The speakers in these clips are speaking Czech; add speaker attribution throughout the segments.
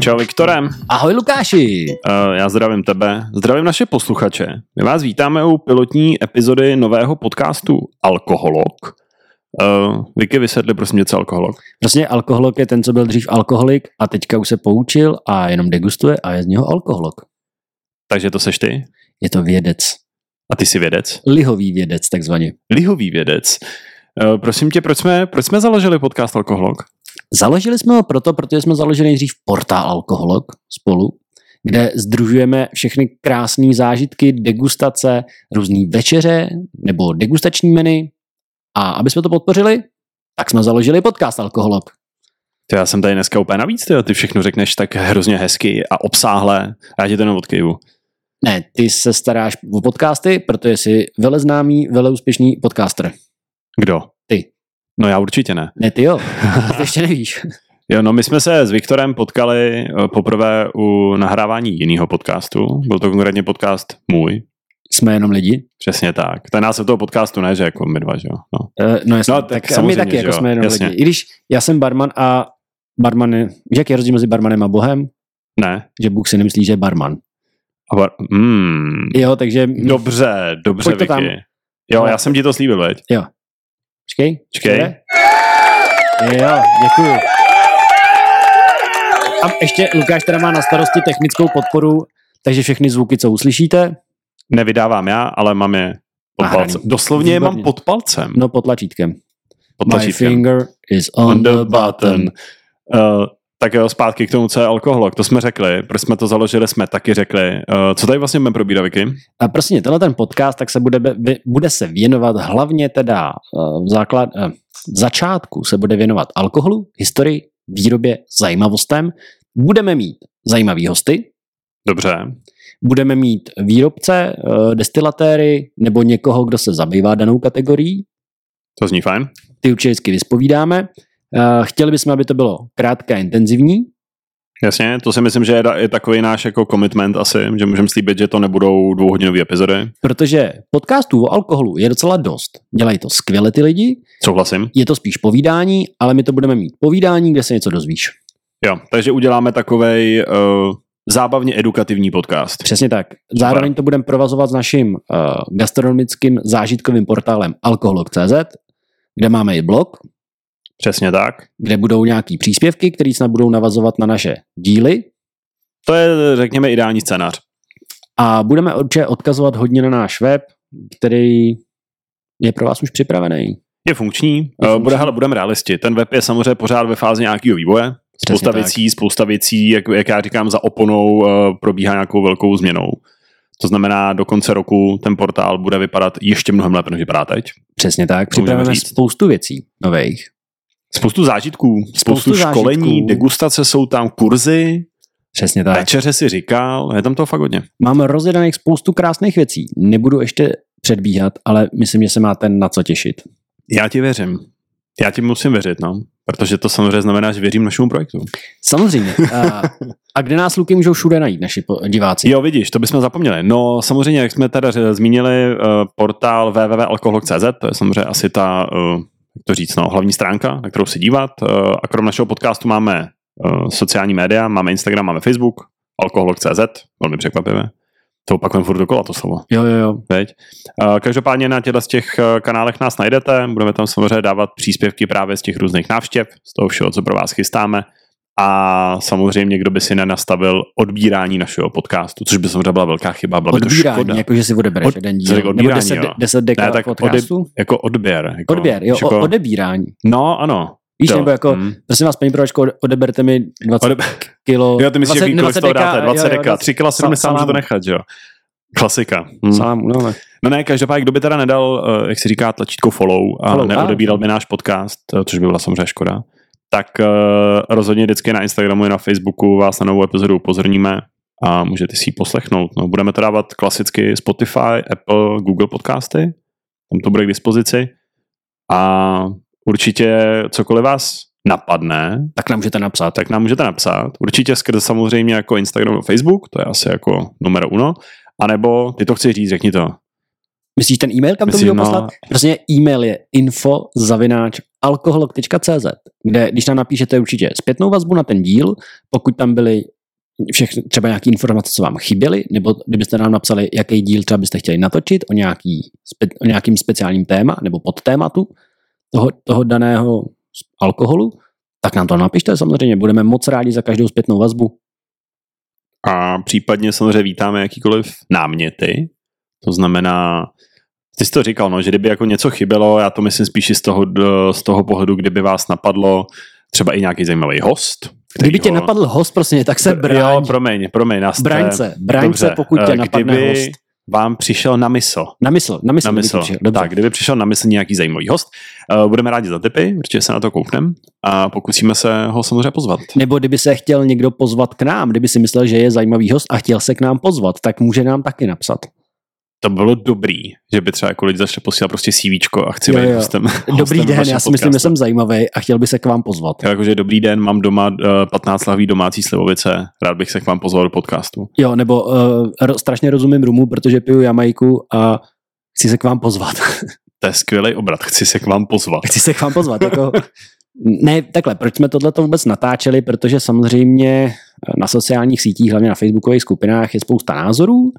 Speaker 1: Čau Viktore,
Speaker 2: Ahoj Lukáši!
Speaker 1: Eh, já zdravím tebe, zdravím naše posluchače. My vás vítáme u pilotní epizody nového podcastu Alkoholog. Uh, Vicky, vysedli prosím něco alkoholog.
Speaker 2: Vlastně alkoholok je ten, co byl dřív alkoholik a teďka už se poučil a jenom degustuje a je z něho alkoholok.
Speaker 1: Takže to seš ty
Speaker 2: Je to vědec.
Speaker 1: a ty jsi vědec.
Speaker 2: Lihový vědec takzvaně.
Speaker 1: Lihový vědec. Eh, prosím tě, proč jsme, proč jsme založili podcast Alkoholog?
Speaker 2: Založili jsme ho proto, protože jsme založili nejdřív portál Alkoholog spolu, kde združujeme všechny krásné zážitky, degustace, různé večeře nebo degustační menu. A aby jsme to podpořili, tak jsme založili podcast Alkoholog.
Speaker 1: Ty, já jsem tady dneska úplně navíc, ty, ty všechno řekneš tak hrozně hezky a obsáhle. Já ti to jenom odkývu.
Speaker 2: Ne, ty se staráš o podcasty, protože jsi veleznámý, veleúspěšný podcaster.
Speaker 1: Kdo?
Speaker 2: Ty.
Speaker 1: No já určitě ne.
Speaker 2: Ne, ty jo, to ještě nevíš.
Speaker 1: Jo, no my jsme se s Viktorem potkali eh, poprvé u nahrávání jiného podcastu. Byl to konkrétně podcast můj,
Speaker 2: Jsme jenom lidi.
Speaker 1: přesně tak. Ten název toho podcastu ne, že jako my dva, že jo. No.
Speaker 2: Eh, No, jasně,
Speaker 1: No,
Speaker 2: no
Speaker 1: tak
Speaker 2: tak, tak
Speaker 1: samozřejmě,
Speaker 2: my taky
Speaker 1: že
Speaker 2: jako
Speaker 1: jo,
Speaker 2: jsme jenom
Speaker 1: jasně.
Speaker 2: lidi. I když já jsem barman a barman, je- jak je rozdíl mezi barmanem a bohem?
Speaker 1: Ne.
Speaker 2: Že Bůh si nemyslí, že je barman.
Speaker 1: A bar... mm.
Speaker 2: Jo, takže no.
Speaker 1: Dobře, dobře,
Speaker 2: Pojď to tam. No.
Speaker 1: Vicky. Jo, já jsem ti to slíbil, veď.
Speaker 2: počkej.
Speaker 1: Počkej.
Speaker 2: Jde? Jo, děkuju. A ještě Lukáš teda má na starosti technickou podporu, takže všechny zvuky, co uslyšíte,
Speaker 1: Nevydávám já, ale mám je pod
Speaker 2: Nahraný.
Speaker 1: palcem. Doslovně je mám
Speaker 2: Výborně.
Speaker 1: pod palcem.
Speaker 2: no pod tlačítkem.
Speaker 1: Pod
Speaker 2: My
Speaker 1: tlačítkem.
Speaker 2: finger is on,
Speaker 1: on the button. Uh, tak jo, zpátky k tomu, co je alkoholok. To jsme řekli, proč jsme to založili, jsme taky řekli. Uh, co tady vlastně budeme probírat, Vicky?
Speaker 2: A prostě tenhle ten podcast tak se bude, vy- bude se věnovat hlavně teda eh, v základ, eh, v začátku se bude věnovat alkoholu, historii, výrobě, zajímavostem. Budeme mít zajímavý hosty,
Speaker 1: Dobře,
Speaker 2: budeme mít výrobce, eh, destilatéry nebo někoho, kdo se zabývá danou kategorií.
Speaker 1: to zní fajn.
Speaker 2: Ty určitě vždycky vyspovídáme. Eh, Chtěli bychom, aby to bylo krátké a intenzivní.
Speaker 1: Jasně, to si myslím, že je, da- je takový náš jako commitment asi, že můžeme slíbit, že to nebudou dvouhodinové epizody.
Speaker 2: Protože podcastů o alkoholu je docela dost. Dělají to skvěle ty lidi,
Speaker 1: Souhlasím.
Speaker 2: je to spíš povídání, ale my to budeme mít povídání, kde se něco dozvíš.
Speaker 1: Jo, takže uděláme takovej uh, zábavně edukativní podcast.
Speaker 2: Přesně tak. Zároveň to budeme provazovat s naším uh, gastronomickým zážitkovým portálem alkoholog.cz, kde máme i blog,
Speaker 1: Přesně tak.
Speaker 2: kde budou nějaký příspěvky, které snad budou navazovat na naše díly
Speaker 1: To je, řekněme, ideální scénář.
Speaker 2: a budeme určitě odkazovat hodně na náš web, který je pro vás už připravený.
Speaker 1: Je funkční,
Speaker 2: Je
Speaker 1: eh, Bude,
Speaker 2: funkční.
Speaker 1: hele, budeme realisti. Ten web je samozřejmě pořád ve fázi nějakého vývoje. Spousta
Speaker 2: tak.
Speaker 1: věcí, spousta věcí, jak, jak já říkám, za oponou eh, probíhá nějakou velkou změnou. To znamená, do konce roku ten portál bude vypadat ještě mnohem lépe, než vypadá teď.
Speaker 2: Přesně tak.
Speaker 1: To můžeme
Speaker 2: Připravujeme
Speaker 1: říct.
Speaker 2: spoustu věcí nových.
Speaker 1: Spoustu zážitků, spoustu,
Speaker 2: Spoustu
Speaker 1: spoustu
Speaker 2: zážitků.
Speaker 1: školení, degustace jsou tam, kurzy,
Speaker 2: Přesně
Speaker 1: tak.
Speaker 2: tak.
Speaker 1: večeře si říkal, je tam toho fakt hodně.
Speaker 2: Mám rozjedaných spoustu krásných věcí. Nebudu ještě předbíhat, ale myslím, že se máte na co těšit.
Speaker 1: Já ti věřím. Já ti musím věřit, no. Protože to samozřejmě znamená, že věřím našemu projektu.
Speaker 2: Samozřejmě. A, a kde nás Luky můžou všude najít, naši po- diváci?
Speaker 1: Jo, vidíš, to bychom zapomněli. No, samozřejmě, jak jsme tady ře- zmínili, eh, portál www.alkoholok.cz, to je samozřejmě asi ta, eh, jak to říct, no, hlavní stránka, na kterou se dívat. Eh, A krom našeho podcastu máme eh, sociální média, máme Instagram, máme Facebook, alkoholok.cz, velmi překvapivé. To opakujeme furt dokola to slovo.
Speaker 2: Jo, jo, jo.
Speaker 1: Veď? Eh, Každopádně na těchto z těch eh, kanálech nás najdete, budeme tam samozřejmě dávat příspěvky právě z těch různých návštěv, z toho všeho, co pro vás chystáme. A samozřejmě, kdo by si nenastavil odbírání našeho podcastu, což by samozřejmě byla velká chyba, byla by to škoda.
Speaker 2: Odbírání, jakože si odebereš
Speaker 1: Od-
Speaker 2: Od, jeden
Speaker 1: co řekl,
Speaker 2: díl. Nebo
Speaker 1: odbírání,
Speaker 2: 10,
Speaker 1: jo.
Speaker 2: 10
Speaker 1: Ne,
Speaker 2: dekad
Speaker 1: tak
Speaker 2: ne, podcastu.
Speaker 1: Jako odběr. Jako,
Speaker 2: Odběr, jo,
Speaker 1: jako,
Speaker 2: o, odebírání.
Speaker 1: No, ano.
Speaker 2: Víš,
Speaker 1: jo,
Speaker 2: nebo jako,
Speaker 1: hm.
Speaker 2: prosím vás, paní Provačko, ode- odeberte mi 20
Speaker 1: Odeb-
Speaker 2: kilo.
Speaker 1: Jo, ty myslíš,
Speaker 2: 20
Speaker 1: že kolik z toho dáte? 20 deka, 3 kila
Speaker 2: sa-
Speaker 1: 70 můžu to
Speaker 2: salámu.
Speaker 1: nechat, že jo. Klasika. Hm.
Speaker 2: Sám, no, ale-
Speaker 1: No ne, každopádně, kdo by teda nedal, eh, jak se říká, tlačítko follow a
Speaker 2: Follow,
Speaker 1: neodebíral by náš podcast, eh, což by byla samozřejmě škoda, tak eh, rozhodně vždycky na Instagramu i na Facebooku vás na novou epizodu upozorníme a můžete si ji poslechnout. No, budeme to dávat klasicky Spotify, Apple, Google podcasty, tam to bude k dispozici a určitě cokoliv vás napadne,
Speaker 2: tak nám můžete napsat.
Speaker 1: tak nám můžete napsat. Určitě skrze samozřejmě jako Instagram a Facebook, to je asi jako numero uno, anebo, ty to chci říct, řekni to.
Speaker 2: Myslíš ten e-mail, kam
Speaker 1: Myslím,
Speaker 2: to
Speaker 1: no.
Speaker 2: můžou poslat? Prostě e-mail je info zavináč alkoholog.cz, kde když nám napíšete určitě zpětnou vazbu na ten díl, pokud tam byly všechny, třeba nějaké informace, co vám chyběly, nebo kdybyste nám napsali, jaký díl třeba byste chtěli natočit o, nějaký, spe- o nějakým speciálním téma nebo podtématu toho, toho daného alkoholu, tak nám to napište samozřejmě, budeme moc rádi za každou zpětnou vazbu.
Speaker 1: A případně samozřejmě vítáme jakýkoliv náměty. To znamená, ty jsi to říkal, no, že kdyby jako něco chybělo, já to myslím spíš i z toho, z toho pohledu, kdyby vás napadlo třeba i nějaký zajímavý host.
Speaker 2: Kterýho... Kdyby tě napadl host, prostě, tak se bráň.
Speaker 1: Jo, promiň, promiň. Nás eh,
Speaker 2: braň se, braň Dobře. se, pokud tě napadne
Speaker 1: kdyby
Speaker 2: host.
Speaker 1: vám přišel na mysl.
Speaker 2: Na mysl, na mysl.
Speaker 1: Na
Speaker 2: kdyby
Speaker 1: mysl.
Speaker 2: přišel, dobře.
Speaker 1: Tak, kdyby přišel na mysl nějaký zajímavý host, uh, budeme rádi za tipy, určitě se na to koukneme a pokusíme se ho samozřejmě pozvat.
Speaker 2: Nebo kdyby se chtěl někdo pozvat k nám, kdyby si myslel, že je zajímavý host a chtěl se k nám pozvat, tak může nám taky napsat.
Speaker 1: To bylo dobrý, že by třeba jako lidi začali posílat prostě CV a chci
Speaker 2: Jo,
Speaker 1: být
Speaker 2: jo.
Speaker 1: hostem.
Speaker 2: Dobrý
Speaker 1: hostem
Speaker 2: den,
Speaker 1: vašeho
Speaker 2: já si myslím, že
Speaker 1: podcastu.
Speaker 2: jsem zajímavý a chtěl by se k vám pozvat.
Speaker 1: Tak Jakože dobrý den, mám doma eh, 15 lahví domácí slivovice, rád bych se k vám pozval do podcastu.
Speaker 2: Jo, nebo uh, ro, strašně rozumím rumu, protože piju Jamajku a chci se k vám pozvat.
Speaker 1: To je skvělý obrat, chci se k vám pozvat.
Speaker 2: chci se k vám pozvat. Jako, ne, takhle, proč jsme tohle vůbec natáčeli, protože samozřejmě eh, na sociálních sítích, hlavně na facebookových skupinách, je spousta názorů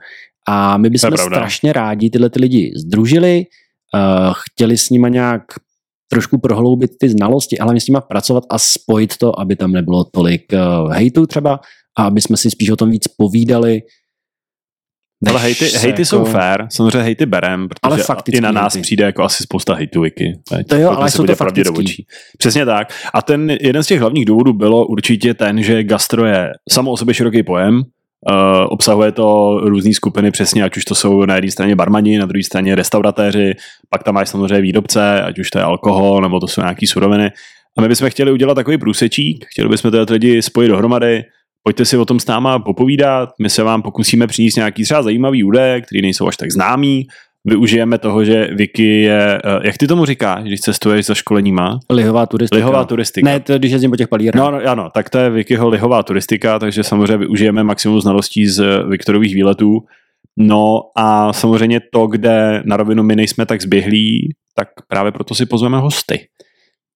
Speaker 2: a my
Speaker 1: To
Speaker 2: bychom
Speaker 1: je pravda.
Speaker 2: strašně rádi tyhle ty lidi združili, eh, chtěli s nima nějak trošku prohloubit ty znalosti, ale hlavně s nima pracovat a spojit to, aby tam nebylo tolik eh, hejtu třeba a aby jsme si spíš o tom víc povídali. než
Speaker 1: No, Ale hejty,
Speaker 2: se jako-
Speaker 1: hejty jsou fair, samozřejmě hejty berem,
Speaker 2: Ale
Speaker 1: protože ale
Speaker 2: faktický
Speaker 1: i na nás
Speaker 2: hejty.
Speaker 1: přijde jako asi spousta hejtu wiki.
Speaker 2: To jo, ale jsou to
Speaker 1: pravdě do
Speaker 2: faktický.
Speaker 1: očí. Přesně tak. A ten jeden z těch hlavních důvodů bylo určitě ten, že gastro je samo o sobě široký pojem, Uh, obsahuje to různé skupiny přesně, ať už to jsou na jedné straně barmani, na druhé straně restauratéři, pak tam máš samozřejmě výrobce, ať už to je alkohol, nebo to jsou nějaké suroviny. A my bychom chtěli udělat takový průsečík, chtěli bychom tyhle lidi spojit dohromady, pojďte si o tom s náma popovídat, my se vám pokusíme přinést nějaký třeba zajímavý údaje, který nejsou až tak známý, využijeme toho, že Wiki je, eh, jak ty tomu říkáš, když cestuješ za školeníma?
Speaker 2: Lihová turistika.
Speaker 1: Lihová turistika.
Speaker 2: no. Ne, to je, když jezdím po těch
Speaker 1: No,
Speaker 2: palírnách.
Speaker 1: no, ano, tak to je Wikiho lihová turistika, takže samozřejmě využijeme maximum znalostí z eh, Viktorových výletů. No a samozřejmě to, kde na rovinu my nejsme tak zběhlí, tak právě proto si pozveme hosty.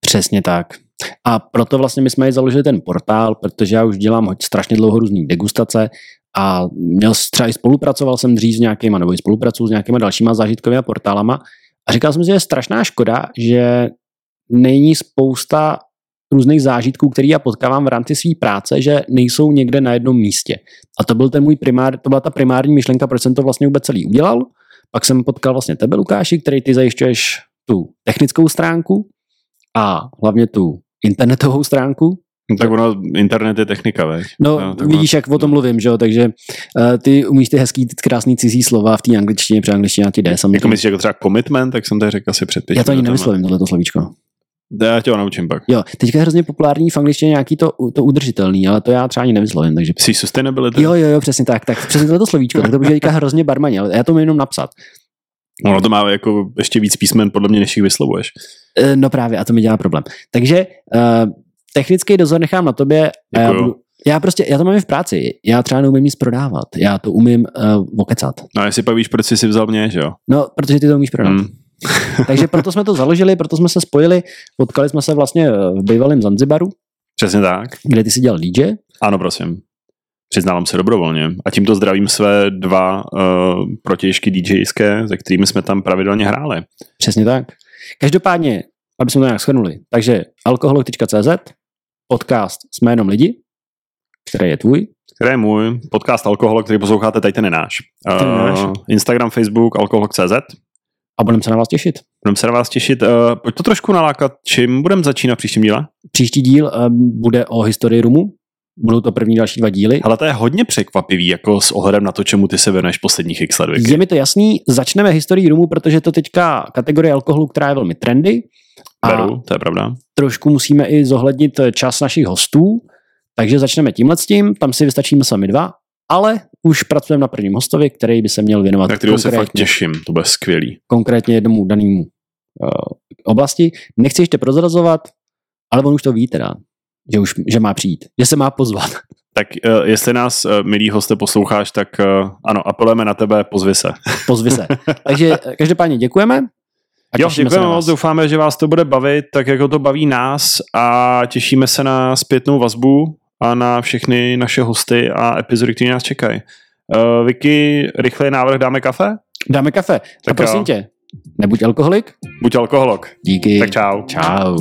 Speaker 2: Přesně tak. A proto vlastně my jsme i založili ten portál, protože já už dělám hoď- strašně dlouho různý degustace a měl s- třeba i spolupracoval jsem dřív s nějakýma, nebo i spolupracuju s nějakýma dalšíma zážitkovými portálama a říkal jsem si, že je strašná škoda, že není spousta různých zážitků, který já potkávám v rámci své práce, že nejsou někde na jednom místě. A to byl ten můj primár, to byla ta primární myšlenka, proč jsem to vlastně vůbec celý udělal. Pak jsem potkal vlastně tebe, Lukáši, který ty zajišťuješ tu technickou stránku, a hlavně tu internetovou stránku.
Speaker 1: No, tak ono, internet je technika, veď?
Speaker 2: No,
Speaker 1: No,
Speaker 2: no
Speaker 1: tak
Speaker 2: vidíš, jak o tom mluvím, že jo, takže uh, ty umíš ty hezký, ty krásný cizí slova v té angličtině, protože angličtina ti jde samozřejmě.
Speaker 1: Jako myslíš jako třeba commitment, tak jsem to řekl asi před pěti
Speaker 2: Já to ani
Speaker 1: minutama.
Speaker 2: nevyslovím, tohleto slovíčko.
Speaker 1: Já tě ho naučím pak.
Speaker 2: Jo, teďka je hrozně populární v angličtině nějaký to, to udržitelný, ale to já třeba ani nevyslovím, takže...
Speaker 1: Jsi sustainability?
Speaker 2: Jo, jo, jo, přesně tak, tak přesně tohleto slovíčko, tak to bude teďka hrozně barmaně, ale já to mám jenom napsat.
Speaker 1: Ono to má jako ještě víc písmen, podle mě, než jich vyslovuješ.
Speaker 2: Eh, No právě, a to mi dělá problém. Takže uh, technický dozor nechám na tobě. a Já,
Speaker 1: Děkuju.
Speaker 2: já prostě, já to mám i v práci, já třeba neumím nic prodávat, já to umím uh, okecat.
Speaker 1: No a jestli pak víš, proč jsi si vzal mě, že jo?
Speaker 2: No, protože ty to umíš prodat.
Speaker 1: Hmm.
Speaker 2: Hmm. Takže proto jsme to založili, proto jsme se spojili, potkali jsme se vlastně eh, v bývalém Zanzibaru,
Speaker 1: Přesně tak.
Speaker 2: kde ty si dělal DJ.
Speaker 1: Ano, prosím. Přiznávám se dobrovolně. A tímto zdravím své dva uh, protějšky DJské, se kterými jsme tam pravidelně hráli.
Speaker 2: Přesně tak. Každopádně, aby jsme to nějak shrnuli, takže alkoholok.cz, podcast Jsme jenom lidi, který je tvůj.
Speaker 1: Který je můj podcast Alkohol, který posloucháte, tady ten je náš.
Speaker 2: Ten je náš.
Speaker 1: Eh, Instagram, Facebook, alkohol.cz.
Speaker 2: A budeme se na vás těšit.
Speaker 1: Budeme se na vás těšit. Uh, pojď to trošku nalákat. Čím budeme začínat v příštím díle?
Speaker 2: Příští díl eh, bude o historii rumu, budou to první další dva díly.
Speaker 1: Ale to je hodně překvapivý, jako s ohledem na to, čemu ty se věnuješ posledních x let. Vicky.
Speaker 2: Je mi to jasný, začneme historií rumu, protože to teďka kategorie alkoholu, která je velmi trendy. A
Speaker 1: Beru, to je pravda.
Speaker 2: trošku musíme i zohlednit čas našich hostů, takže začneme tímhle s tím, tam si vystačíme sami dva, ale už pracujeme na prvním hostovi, který by se měl věnovat
Speaker 1: Na kterého se fakt
Speaker 2: konkrétně,
Speaker 1: těším, to bude skvělý.
Speaker 2: konkrétně jednomu danému uh, oblasti. Nechci ještě prozrazovat, ale on už to ví teda, že, už, že má přijít, že se má pozvat.
Speaker 1: Tak uh, jestli nás, uh, milí hoste, posloucháš, tak eh, uh, ano, apelujeme na tebe, pozvi se.
Speaker 2: Pozvi se. Takže eh, každopádně děkujeme
Speaker 1: A jo, děkujeme moc, doufáme, že vás to bude bavit, tak jako to baví nás a těšíme se na zpětnou vazbu a na všechny naše hosty a epizody, které nás čekají. Uh, Vicky, rychlý návrh, dáme kafe?
Speaker 2: Dáme kafe. Tak a prosím jo. tě, nebuď alkoholik.
Speaker 1: Buď alkoholik.
Speaker 2: Díky.
Speaker 1: Tak čau.
Speaker 2: Čau.